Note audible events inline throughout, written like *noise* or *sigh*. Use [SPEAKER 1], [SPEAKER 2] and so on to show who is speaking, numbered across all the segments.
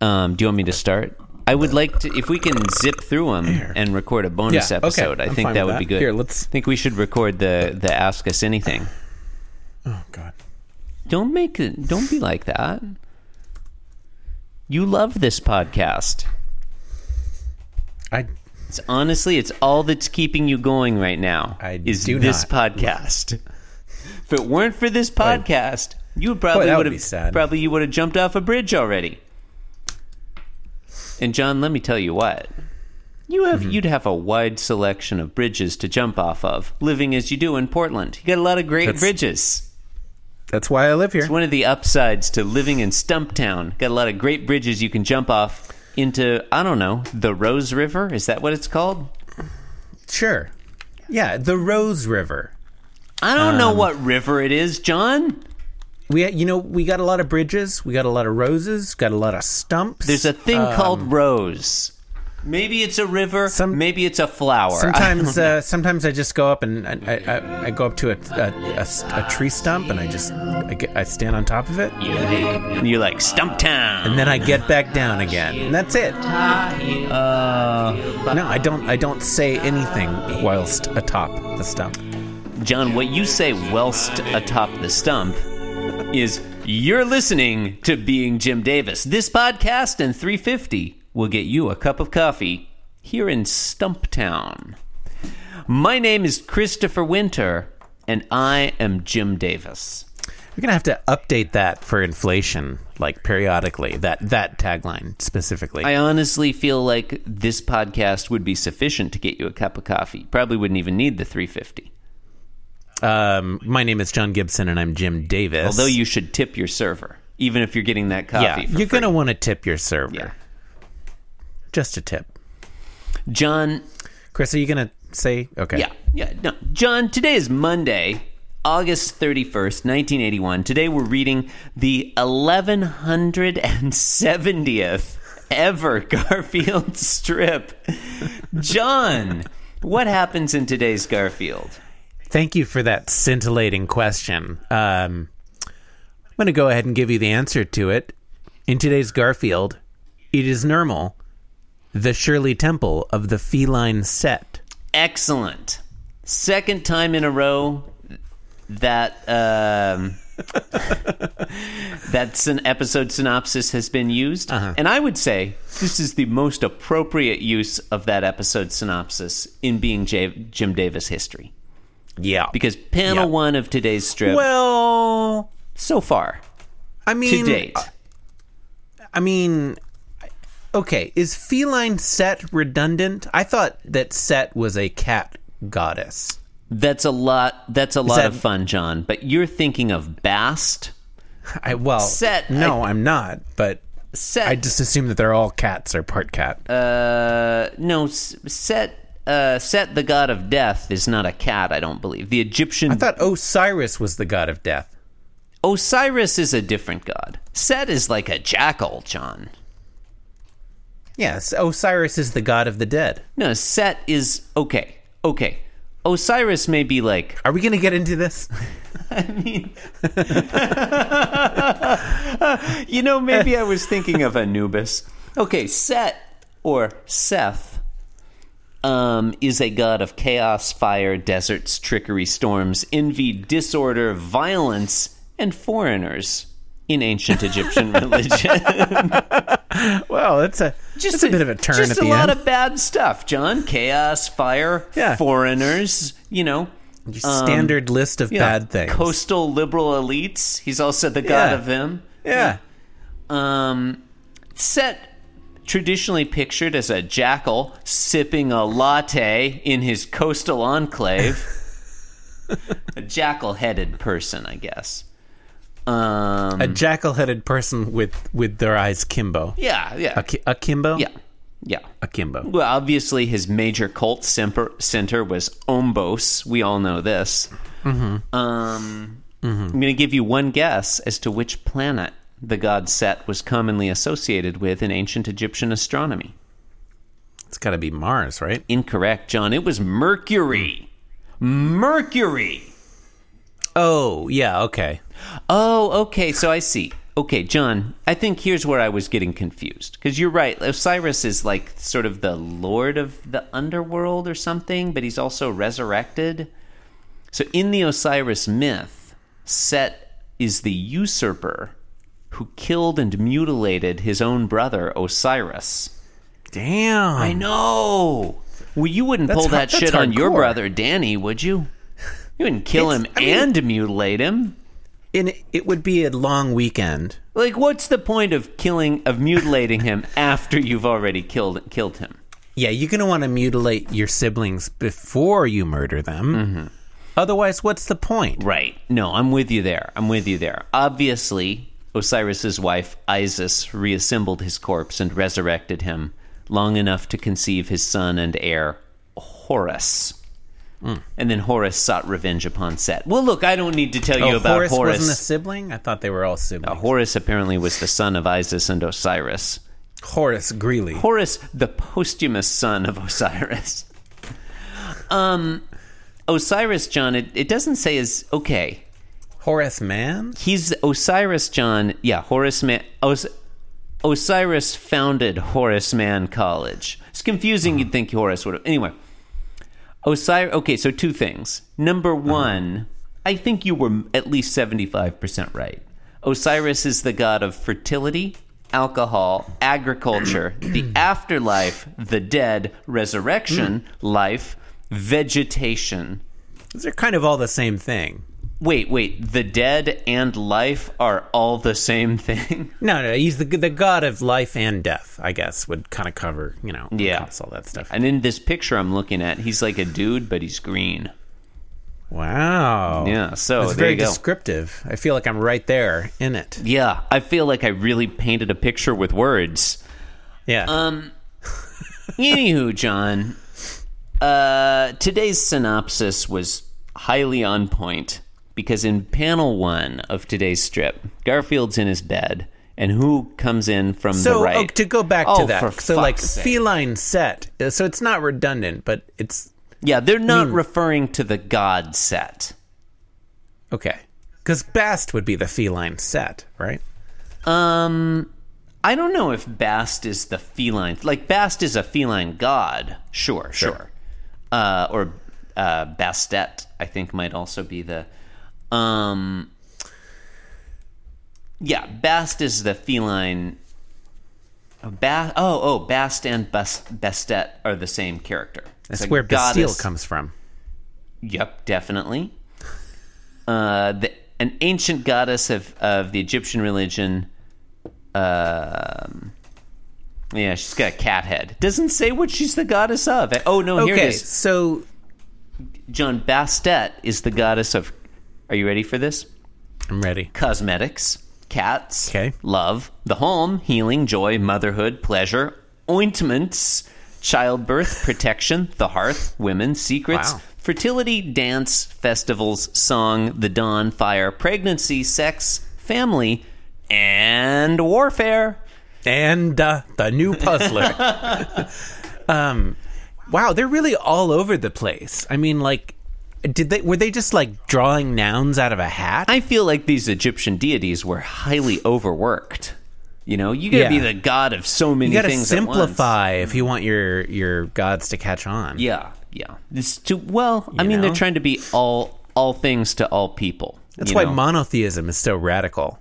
[SPEAKER 1] Um, do you want me to start? I would like to, if we can zip through them and record a bonus
[SPEAKER 2] Yeah, okay.
[SPEAKER 1] episode. I
[SPEAKER 2] I'm
[SPEAKER 1] think
[SPEAKER 2] fine
[SPEAKER 1] that
[SPEAKER 2] with
[SPEAKER 1] would be
[SPEAKER 2] that.
[SPEAKER 1] good.
[SPEAKER 2] Here, let's-
[SPEAKER 1] I think we should record the the ask us anything.
[SPEAKER 2] Oh God.
[SPEAKER 1] Don't make it. Don't be like that. You love this podcast.
[SPEAKER 2] I
[SPEAKER 1] It's honestly, it's all that's keeping you going right now.
[SPEAKER 2] I
[SPEAKER 1] is
[SPEAKER 2] do
[SPEAKER 1] this
[SPEAKER 2] not.
[SPEAKER 1] podcast. *laughs* if it weren't for this podcast, you
[SPEAKER 2] Boy,
[SPEAKER 1] probably
[SPEAKER 2] that would
[SPEAKER 1] would
[SPEAKER 2] be
[SPEAKER 1] have
[SPEAKER 2] sad.
[SPEAKER 1] probably you would have jumped off a bridge already. And John, let me tell you what. You have
[SPEAKER 2] Mm-hmm.
[SPEAKER 1] you'd have a wide selection of bridges to jump off of, living as you do in Portland. You got a lot of great
[SPEAKER 2] That's-
[SPEAKER 1] bridges.
[SPEAKER 2] that's why I live here.
[SPEAKER 1] It's one of the upsides to living in Stumptown. Got a lot of great bridges you can jump off into, I don't know, the Rose River? Is that what it's called?
[SPEAKER 2] Sure. Yeah, the Rose River.
[SPEAKER 1] I don't know what river it is, John.
[SPEAKER 2] We you know, we got a lot of bridges, we got a lot of roses, got a lot of stumps.
[SPEAKER 1] There's a thing called Rose. Maybe it's a river,
[SPEAKER 2] Some-
[SPEAKER 1] maybe it's a flower.
[SPEAKER 2] Sometimes, uh, sometimes *laughs* I just go up and I, I, I, I go up to a, a, a s- a tree stump and I just I, get, I stand on top of it
[SPEAKER 1] And *laughs* you're like, Stumptown.
[SPEAKER 2] and then I get back down again and that's it.
[SPEAKER 1] Uh,
[SPEAKER 2] No, I don't. I don't say anything whilst atop the stump.
[SPEAKER 1] John, what you say whilst atop the stump is you're listening to Being Jim Davis. This podcast and 350 will get you a cup of coffee here in Stumptown. My name is Christopher Winter, and I am Jim Davis.
[SPEAKER 2] We're gonna have to update that for inflation, like periodically. That that tagline specifically.
[SPEAKER 1] I honestly feel like this podcast would be sufficient to get you a cup of coffee. Probably wouldn't even need the 350.
[SPEAKER 2] um, my name is John Gibson, and I'm Jim Davis.
[SPEAKER 1] Although you should tip your server, even if you're getting that coffee.
[SPEAKER 2] yeah,
[SPEAKER 1] for
[SPEAKER 2] you're
[SPEAKER 1] free.
[SPEAKER 2] gonna want to tip your server.
[SPEAKER 1] Yeah.
[SPEAKER 2] Just a tip,
[SPEAKER 1] John,
[SPEAKER 2] Chris. Are you gonna say okay?
[SPEAKER 1] Yeah, yeah. No, John. Today is Monday, August thirty first, nineteen eighty one. Today we're reading the eleven hundred and seventieth ever *laughs* Garfield strip. John, what happens in today's Garfield?
[SPEAKER 2] Thank you for that scintillating question. Um, I'm going to go ahead and give you the answer to it. In today's Garfield, it is normal, the Shirley Temple of the feline set.
[SPEAKER 1] Excellent. Second time in a row that
[SPEAKER 2] *laughs*
[SPEAKER 1] um, that's an episode synopsis has been used,
[SPEAKER 2] Uh-huh.
[SPEAKER 1] and I would say this is the most appropriate use of that episode synopsis in being J- Jim Davis history
[SPEAKER 2] Yeah.
[SPEAKER 1] because panel
[SPEAKER 2] Yeah.
[SPEAKER 1] one of today's strip
[SPEAKER 2] well,
[SPEAKER 1] so far
[SPEAKER 2] I
[SPEAKER 1] to
[SPEAKER 2] mean,
[SPEAKER 1] date.
[SPEAKER 2] I mean, okay, is feline set redundant? I thought that set was a cat goddess.
[SPEAKER 1] that's a lot. That's a lot
[SPEAKER 2] that-
[SPEAKER 1] of fun, John. But you're thinking of Bast.
[SPEAKER 2] I well,
[SPEAKER 1] Set,
[SPEAKER 2] No, I, am not, but
[SPEAKER 1] Set.
[SPEAKER 2] I just assume that they're all cats or part cat.
[SPEAKER 1] Uh, no, S- Set uh, Set the god of death is not a cat. I don't believe the Egyptian
[SPEAKER 2] I thought Osiris was the god of death.
[SPEAKER 1] Osiris is a different god. Set is like a jackal, John.
[SPEAKER 2] Yes, Osiris is the god of the dead.
[SPEAKER 1] No, Set is okay. Okay, Osiris may be like
[SPEAKER 2] Are we going to get into this? *laughs*
[SPEAKER 1] you know, maybe I was thinking of Anubis. Okay, Set or Seth um, is a god of chaos, fire, deserts, trickery, storms, envy, disorder, violence, and foreigners in ancient
[SPEAKER 2] *laughs*
[SPEAKER 1] Egyptian religion.
[SPEAKER 2] Well, that's a just a, bit of a turn
[SPEAKER 1] Just
[SPEAKER 2] at the
[SPEAKER 1] a lot
[SPEAKER 2] end.
[SPEAKER 1] of bad stuff, John. Chaos, fire,
[SPEAKER 2] Yeah.
[SPEAKER 1] foreigners. You know,
[SPEAKER 2] Your standard list of
[SPEAKER 1] um, yeah,
[SPEAKER 2] bad things.
[SPEAKER 1] Coastal liberal elites. He's also the god
[SPEAKER 2] Yeah.
[SPEAKER 1] of them.
[SPEAKER 2] yeah.
[SPEAKER 1] Um, set traditionally pictured as a jackal sipping a latte in his coastal
[SPEAKER 2] *laughs*
[SPEAKER 1] enclave. a jackal-headed person, I guess. Um,
[SPEAKER 2] A jackal-headed person with with their eyes kimbo.
[SPEAKER 1] yeah, yeah,
[SPEAKER 2] A, ki- a kimbo?
[SPEAKER 1] yeah, yeah.
[SPEAKER 2] A kimbo.
[SPEAKER 1] Well, obviously, his major cult semper- center was Ombos. We all know this. Um, I'm going to give you one guess as to which planet the god Set was commonly associated with in ancient Egyptian astronomy.
[SPEAKER 2] It's got to be Mars, right?
[SPEAKER 1] Incorrect, John. It was Mercury. Mercury.
[SPEAKER 2] Oh, yeah, okay.
[SPEAKER 1] Oh, okay. So I see. Okay, John, I think here's where I was getting confused. Because you're right. Osiris is like sort of the lord of the underworld or something, but he's also resurrected. So in the Osiris myth, Set is the usurper who killed and mutilated his own brother, Osiris.
[SPEAKER 2] Damn.
[SPEAKER 1] I know. Well, you wouldn't
[SPEAKER 2] That's
[SPEAKER 1] pull
[SPEAKER 2] har-
[SPEAKER 1] that
[SPEAKER 2] that's
[SPEAKER 1] shit on your
[SPEAKER 2] hardcore.
[SPEAKER 1] brother, Danny, would you? You wouldn't kill
[SPEAKER 2] It's-
[SPEAKER 1] him
[SPEAKER 2] I mean-
[SPEAKER 1] and mutilate him.
[SPEAKER 2] And it- it would be a long weekend.
[SPEAKER 1] Like, what's the point of killing, of mutilating him after you've already killed killed him?
[SPEAKER 2] Yeah, you're going to want to mutilate your siblings before you murder them.
[SPEAKER 1] Mm-hmm.
[SPEAKER 2] Otherwise, what's the point?
[SPEAKER 1] Right. No, I'm with you there. I'm with you there. Obviously, Osiris's wife Isis reassembled his corpse and resurrected him long enough to conceive his son and heir Horus. And then Horus sought revenge upon Set. Well, look, I don't need to tell you
[SPEAKER 2] oh,
[SPEAKER 1] about
[SPEAKER 2] Horus,
[SPEAKER 1] Horus.
[SPEAKER 2] wasn't a sibling? I thought they were all siblings.
[SPEAKER 1] Horus apparently was the son of Isis and Osiris.
[SPEAKER 2] Horus Greeley.
[SPEAKER 1] Horus, the posthumous son of Osiris. Um, Osiris, John, it, it doesn't say is okay.
[SPEAKER 2] Horus man?
[SPEAKER 1] He's Osiris, John. Yeah, Horus Man. Os- Osiris founded Horace Mann College. It's confusing. You'd think Horace would have. Anyway, Osiris. Okay, so two things. Number one, I think you were at least seventy-five percent right. Osiris is the god of fertility, alcohol, agriculture, the afterlife, the dead, resurrection, life, vegetation.
[SPEAKER 2] These are kind of all the same thing.
[SPEAKER 1] Wait, wait. The dead and life are all the same thing. *laughs*
[SPEAKER 2] No, no, he's the the god of life and death. I guess would kind of cover, you know,
[SPEAKER 1] Yeah.
[SPEAKER 2] encompass all that stuff.
[SPEAKER 1] And in this picture I'm looking at, he's like a dude, but he's green.
[SPEAKER 2] Wow.
[SPEAKER 1] Yeah, so
[SPEAKER 2] That's
[SPEAKER 1] there
[SPEAKER 2] very
[SPEAKER 1] you go.
[SPEAKER 2] descriptive. I feel like I'm right there in it.
[SPEAKER 1] Yeah, I feel like I really painted a picture with words.
[SPEAKER 2] Yeah.
[SPEAKER 1] Anywho, John, uh, today's synopsis was highly on point because in panel one of today's strip, Garfield's in his bed, and who comes in from
[SPEAKER 2] so
[SPEAKER 1] the
[SPEAKER 2] oh,
[SPEAKER 1] right?
[SPEAKER 2] to go back
[SPEAKER 1] Oh,
[SPEAKER 2] to that,
[SPEAKER 1] for
[SPEAKER 2] so like
[SPEAKER 1] fuck's sake.
[SPEAKER 2] feline set. Uh, So it's not redundant, but it's
[SPEAKER 1] yeah, they're not
[SPEAKER 2] Hmm.
[SPEAKER 1] referring to the god set.
[SPEAKER 2] okay because Bast would be the feline set, right?
[SPEAKER 1] I don't know if Bast is the feline. Like Bast is a feline god, sure, sure. Uh, or uh, Bastet, I think, might also be the. Um, yeah, Bast is the feline. Oh, Ba- oh, oh, Bast and Bas- Bastet are the same character.
[SPEAKER 2] That's
[SPEAKER 1] It's a
[SPEAKER 2] where
[SPEAKER 1] goddess-
[SPEAKER 2] Bastille comes from.
[SPEAKER 1] Yep, definitely. Uh, the, an ancient goddess of, of the Egyptian religion. Um, yeah, she's got a cat head. Doesn't say what she's the goddess of. Oh no, here it
[SPEAKER 2] Okay,
[SPEAKER 1] is.
[SPEAKER 2] so
[SPEAKER 1] John Bastet is the goddess of. Are you ready for this?
[SPEAKER 2] I'm ready.
[SPEAKER 1] Cosmetics, cats,
[SPEAKER 2] Okay.
[SPEAKER 1] love, the home, healing, joy, motherhood, pleasure, ointments,
[SPEAKER 2] *laughs*
[SPEAKER 1] childbirth, protection, the hearth, women, secrets,
[SPEAKER 2] Wow.
[SPEAKER 1] fertility, dance, festivals, song, the dawn, fire, pregnancy, sex, family, and warfare.
[SPEAKER 2] and uh, the new
[SPEAKER 1] *laughs*
[SPEAKER 2] puzzler. um, wow, they're really all over the place. I mean, like, did they were they just like drawing nouns out of a hat?
[SPEAKER 1] I feel like these Egyptian deities were highly overworked. You know, you gotta
[SPEAKER 2] Yeah.
[SPEAKER 1] be the god of so many
[SPEAKER 2] you got to
[SPEAKER 1] things. at once.
[SPEAKER 2] simplify if you want your your gods to catch on.
[SPEAKER 1] Yeah, yeah. This to well, I mean, they're
[SPEAKER 2] know?
[SPEAKER 1] trying to be all all things to all people.
[SPEAKER 2] that's
[SPEAKER 1] you
[SPEAKER 2] why
[SPEAKER 1] know?
[SPEAKER 2] monotheism is so radical.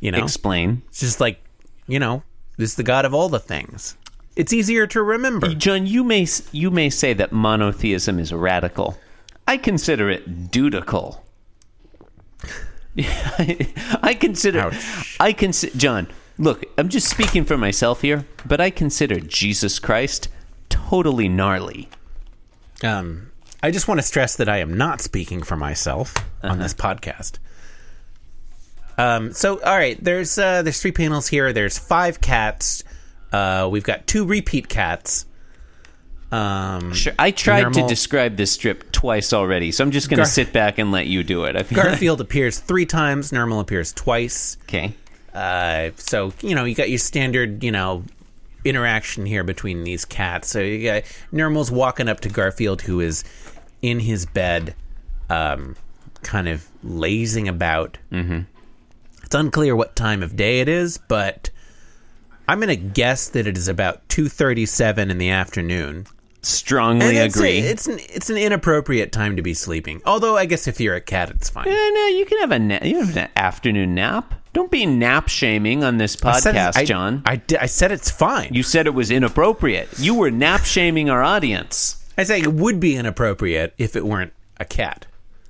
[SPEAKER 2] You know,
[SPEAKER 1] explain.
[SPEAKER 2] it's just like you know, this is the god of all the things. It's easier to remember.
[SPEAKER 1] John, you may s- you may say that monotheism is radical. I consider it dutical. *laughs* I consider
[SPEAKER 2] Ouch.
[SPEAKER 1] I consider John. Look, I'm just speaking for myself here, but I consider Jesus Christ totally gnarly.
[SPEAKER 2] Um, I just want to stress that I am not speaking for myself
[SPEAKER 1] Uh-huh.
[SPEAKER 2] on this podcast. Um, so, all right, there's uh, there's three panels here. There's five cats. Uh, we've got two repeat cats. Um,
[SPEAKER 1] Sure, I tried to
[SPEAKER 2] Normal.
[SPEAKER 1] describe this strip twice already, so I'm just going to
[SPEAKER 2] Gar-
[SPEAKER 1] sit back and let you do it. I feel like-
[SPEAKER 2] Garfield appears three times. Normal appears twice.
[SPEAKER 1] *laughs* okay.
[SPEAKER 2] Uh, so you know you got your standard you know interaction here between these cats. So you got Normal's walking up to Garfield, who is in his bed, um, kind of lazing about. Mm-hmm. It's It's unclear what time of day it is, but I'm going to guess that it is about 2:37 in the afternoon.
[SPEAKER 1] Strongly
[SPEAKER 2] And it's a-
[SPEAKER 1] agree.
[SPEAKER 2] It's an, it's an inappropriate time to be sleeping. Although I guess if you're a cat, it's fine.
[SPEAKER 1] Eh, no, you can have a na- you can have an afternoon nap. Don't be nap shaming on this
[SPEAKER 2] I said-
[SPEAKER 1] podcast,
[SPEAKER 2] I-
[SPEAKER 1] John.
[SPEAKER 2] I, di- I said it's fine.
[SPEAKER 1] you said it was inappropriate. You were nap shaming our audience.
[SPEAKER 2] I say it would be inappropriate if it weren't a cat.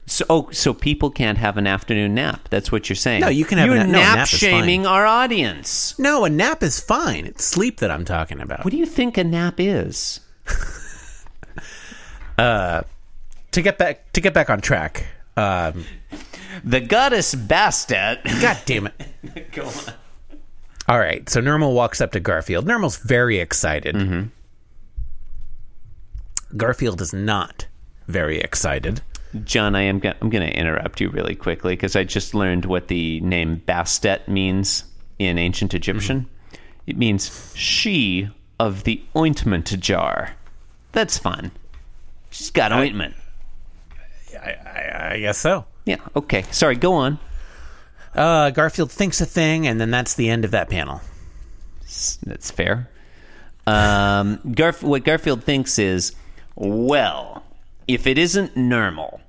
[SPEAKER 1] So, oh, so people can't have an afternoon nap. That's what you're saying.
[SPEAKER 2] No, you can have
[SPEAKER 1] you're
[SPEAKER 2] a na- no, a
[SPEAKER 1] nap
[SPEAKER 2] nap is
[SPEAKER 1] shaming our audience.
[SPEAKER 2] No, a nap is fine. It's sleep that I'm talking about.
[SPEAKER 1] What do you think a nap is?
[SPEAKER 2] To get back to get back on track. Um,
[SPEAKER 1] The goddess Bastet.
[SPEAKER 2] God damn it.
[SPEAKER 1] *laughs* Go on.
[SPEAKER 2] All right. So Normal walks up to Garfield. Normal's very excited. Garfield is not very excited.
[SPEAKER 1] John, I am. Go- I'm going to interrupt you really quickly because I just learned what the name Bastet means in ancient Egyptian. It means she of the ointment jar. That's fun. She's got ointment.
[SPEAKER 2] I, I, I guess so.
[SPEAKER 1] Yeah. Okay. Sorry. Go on.
[SPEAKER 2] Uh, Garfield thinks a thing, and then that's the end of that panel.
[SPEAKER 1] That's- That's fair. Um, Garf- what Garfield thinks is, well, if it isn't normal,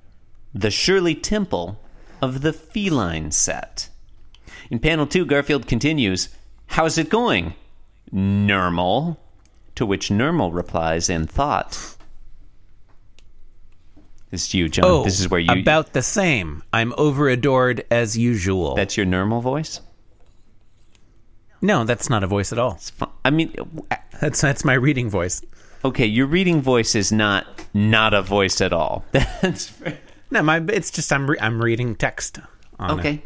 [SPEAKER 1] the Shirley Temple of the feline set. In panel two, Garfield continues, How's it going? Normal. To which Normal replies in thought. This is you, John.
[SPEAKER 2] Oh,
[SPEAKER 1] this is where you.
[SPEAKER 2] about the same. I'm over adored as usual.
[SPEAKER 1] that's your normal voice?
[SPEAKER 2] no, that's not a voice at all.
[SPEAKER 1] It's fu- I mean,
[SPEAKER 2] That's that's my reading voice.
[SPEAKER 1] okay, your reading voice is not not a voice at all. *laughs* That's
[SPEAKER 2] No, my it's just I'm re- I'm reading text. On it.
[SPEAKER 1] Okay.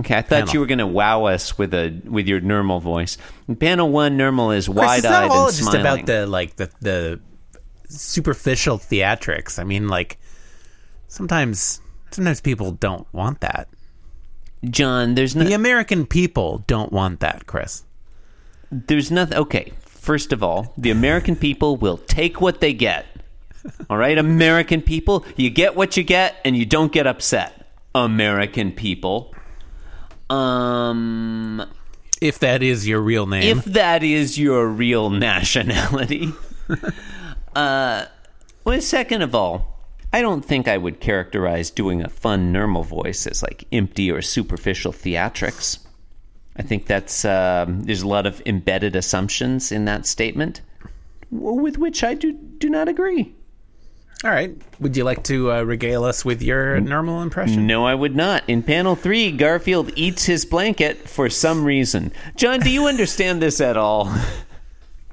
[SPEAKER 1] Okay, I thought
[SPEAKER 2] Panel.
[SPEAKER 1] you were going to wow us with a with your normal voice. In panel one, normal is
[SPEAKER 2] Chris,
[SPEAKER 1] wide
[SPEAKER 2] it's not
[SPEAKER 1] eyed
[SPEAKER 2] all
[SPEAKER 1] and
[SPEAKER 2] just
[SPEAKER 1] smiling.
[SPEAKER 2] about the like the the superficial theatrics. I mean, like sometimes sometimes people don't want that.
[SPEAKER 1] John, there's no,
[SPEAKER 2] The American people don't want that, Chris.
[SPEAKER 1] there's nothing. Okay, first of all, the American people will take what they get. All right, American people, you get what you get, and you don't get upset. American people. Um,
[SPEAKER 2] If that is your real name,
[SPEAKER 1] if that is your real nationality. uh, well, second of all, I don't think I would characterize doing a fun normal voice as like empty or superficial theatrics. I think that's um, there's a lot of embedded assumptions in that statement, w- with which I do do not agree.
[SPEAKER 2] all right. Would you like to uh, regale us with your normal impression?
[SPEAKER 1] No, I would not. In panel three, Garfield eats his blanket for some reason. John, do you understand this at all? *laughs*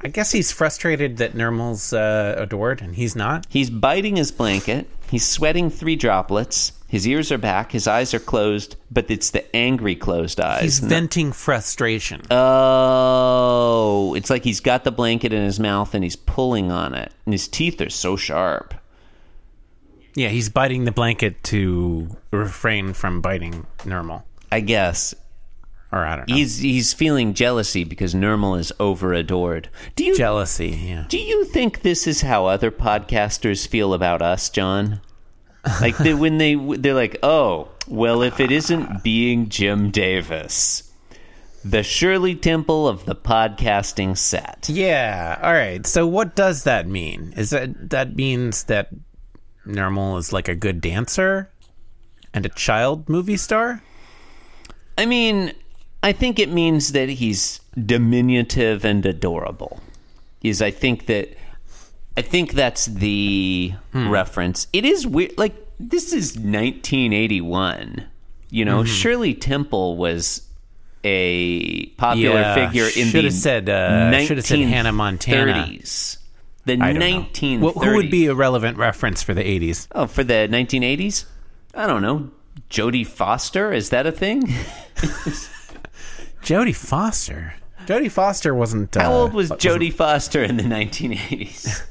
[SPEAKER 2] I guess he's frustrated that Normal's uh, adored and he's not.
[SPEAKER 1] He's biting his blanket. He's sweating three droplets. His ears are back. His eyes are closed, but it's the angry closed eyes.
[SPEAKER 2] He's Uh, venting frustration.
[SPEAKER 1] oh, it's like he's got the blanket in his mouth and he's pulling on it. And his teeth are so sharp.
[SPEAKER 2] yeah, he's biting the blanket to refrain from biting Normal.
[SPEAKER 1] I guess
[SPEAKER 2] Or I don't know.
[SPEAKER 1] he's he's feeling jealousy because Normal is over adored. Do you
[SPEAKER 2] jealousy. Yeah.
[SPEAKER 1] do you think this is how other podcasters feel about us, John? Like they, when they they're like, "Oh, well, if it isn't being Jim Davis, the Shirley Temple of the podcasting set."
[SPEAKER 2] Yeah. All right. So what does that mean? Is that that means that Normal is like a good dancer and a child movie star?
[SPEAKER 1] I mean, I think it means that he's diminutive and adorable. Is I think that I think that's the
[SPEAKER 2] Hmm.
[SPEAKER 1] reference. It is weird. Like this is 1981. You
[SPEAKER 2] Mm-hmm.
[SPEAKER 1] know, Shirley Temple was a popular
[SPEAKER 2] Yeah,
[SPEAKER 1] figure in
[SPEAKER 2] shoulda
[SPEAKER 1] the
[SPEAKER 2] said, uh, shoulda said Hannah Montana.
[SPEAKER 1] 1930s. The
[SPEAKER 2] I don't know.
[SPEAKER 1] 1930s.
[SPEAKER 2] Well, who would be a relevant reference for the 80s?
[SPEAKER 1] Oh, for the 1980s? I don't know. Jodie Foster is that a thing? *laughs*
[SPEAKER 2] Jodie Foster. Jodie Foster wasn't. Uh,
[SPEAKER 1] How old was Jodie Foster in the
[SPEAKER 2] *laughs*
[SPEAKER 1] 1980s?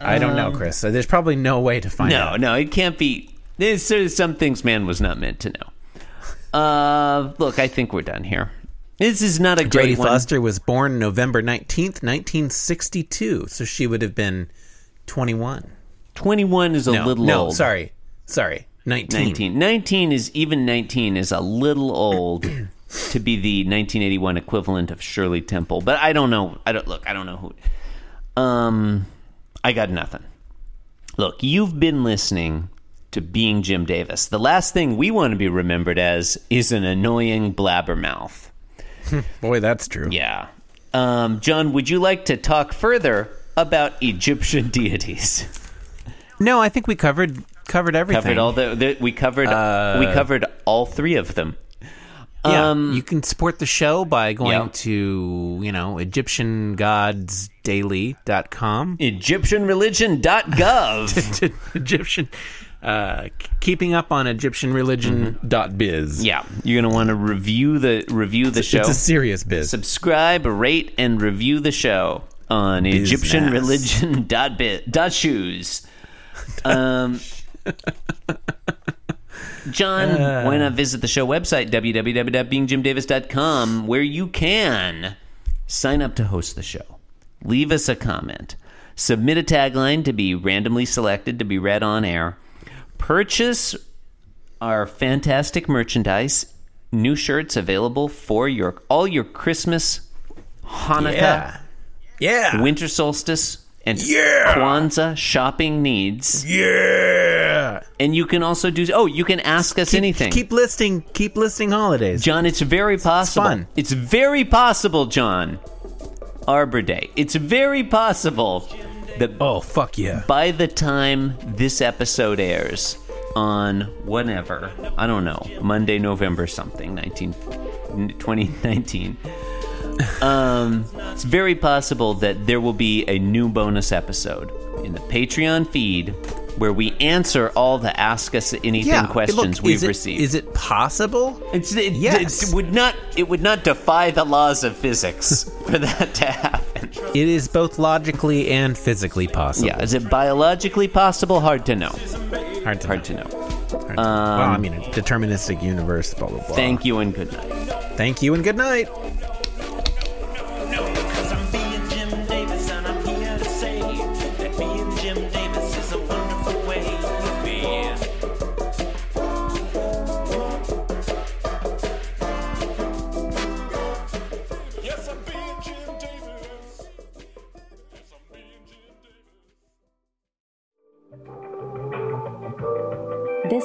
[SPEAKER 2] I don't know, Chris. So there's probably Um, no way to find
[SPEAKER 1] No,
[SPEAKER 2] out.
[SPEAKER 1] no, it can't be. There's, there's some things man was not meant to know. Uh, look, I think we're done here. This is not a
[SPEAKER 2] Jodie
[SPEAKER 1] great one.
[SPEAKER 2] Foster was born November 19th, 1962. So she would have been 21.
[SPEAKER 1] 21 is a
[SPEAKER 2] No,
[SPEAKER 1] little
[SPEAKER 2] no,
[SPEAKER 1] old.
[SPEAKER 2] sorry. Sorry. 19.
[SPEAKER 1] 19. 19 is even 19 is a little old to be the 1981 equivalent of Shirley Temple. But I don't know. I don't look. I don't know who. Um, I got nothing. Look, you've been listening to Being Jim Davis. The last thing we want to be remembered as is an annoying blabbermouth.
[SPEAKER 2] Boy, that's true.
[SPEAKER 1] Yeah. Um, John, would you like to talk further about Egyptian *laughs* deities?
[SPEAKER 2] No, I think we covered covered everything.
[SPEAKER 1] covered all the, the we covered we covered all three of them.
[SPEAKER 2] Yeah,
[SPEAKER 1] Um,
[SPEAKER 2] you can support the show by going
[SPEAKER 1] Yeah.
[SPEAKER 2] to, you know, egyptiangodsdaily.com.
[SPEAKER 1] EgyptianReligion.gov.
[SPEAKER 2] *laughs* Egyptian uh, keeping up on Mm-hmm.
[SPEAKER 1] *laughs*
[SPEAKER 2] egyptianreligion.biz.
[SPEAKER 1] yeah, you're gonna want to review the review the show.
[SPEAKER 2] It's a serious biz.
[SPEAKER 1] Subscribe, rate, and review the show on EgyptianReligion.shoes. Um, John, why not visit the show website www.beingjimdavis.com where you can sign up to host the show, leave us a comment, submit a tagline to be randomly selected to be read on air, purchase our fantastic merchandise, new shirts available for your all your Christmas, Hanukkah,
[SPEAKER 2] yeah. Yeah.
[SPEAKER 1] winter solstice, and
[SPEAKER 2] Yeah.
[SPEAKER 1] Kwanzaa shopping needs.
[SPEAKER 2] yeah.
[SPEAKER 1] And you can also do oh, you can ask us anything.
[SPEAKER 2] Keep listing keep listing holidays.
[SPEAKER 1] John, it's very possible.
[SPEAKER 2] fun.
[SPEAKER 1] It's very possible, John. Arbor Day. It's very possible that
[SPEAKER 2] oh, fuck yeah.
[SPEAKER 1] by the time this episode airs on whenever, I don't know, Monday, November something, 19, 2019, um, it's very possible that there will be a new bonus episode in the Patreon feed where we answer all the Ask Us Anything
[SPEAKER 2] Yeah.
[SPEAKER 1] questions
[SPEAKER 2] Look,
[SPEAKER 1] we've
[SPEAKER 2] is it-
[SPEAKER 1] received.
[SPEAKER 2] Is it possible?
[SPEAKER 1] It's, it,
[SPEAKER 2] Yes.
[SPEAKER 1] it would not. It would not defy the laws of physics *laughs* for that to happen.
[SPEAKER 2] It is both logically and physically possible.
[SPEAKER 1] Yeah, is it biologically possible? Hard to know.
[SPEAKER 2] Hard to
[SPEAKER 1] Hard
[SPEAKER 2] know.
[SPEAKER 1] to know.
[SPEAKER 2] Hard to know. well, I mean, a deterministic universe, blah, blah, blah.
[SPEAKER 1] Thank you and good night.
[SPEAKER 2] Thank you and good night.
[SPEAKER 3] Cause I'm being Jim Davis and I'm here to say that being Jim Davis is a wonderful way to be. Yes, I'm being Jim Davis. Yes, I'm being Jim Davis.
[SPEAKER 4] This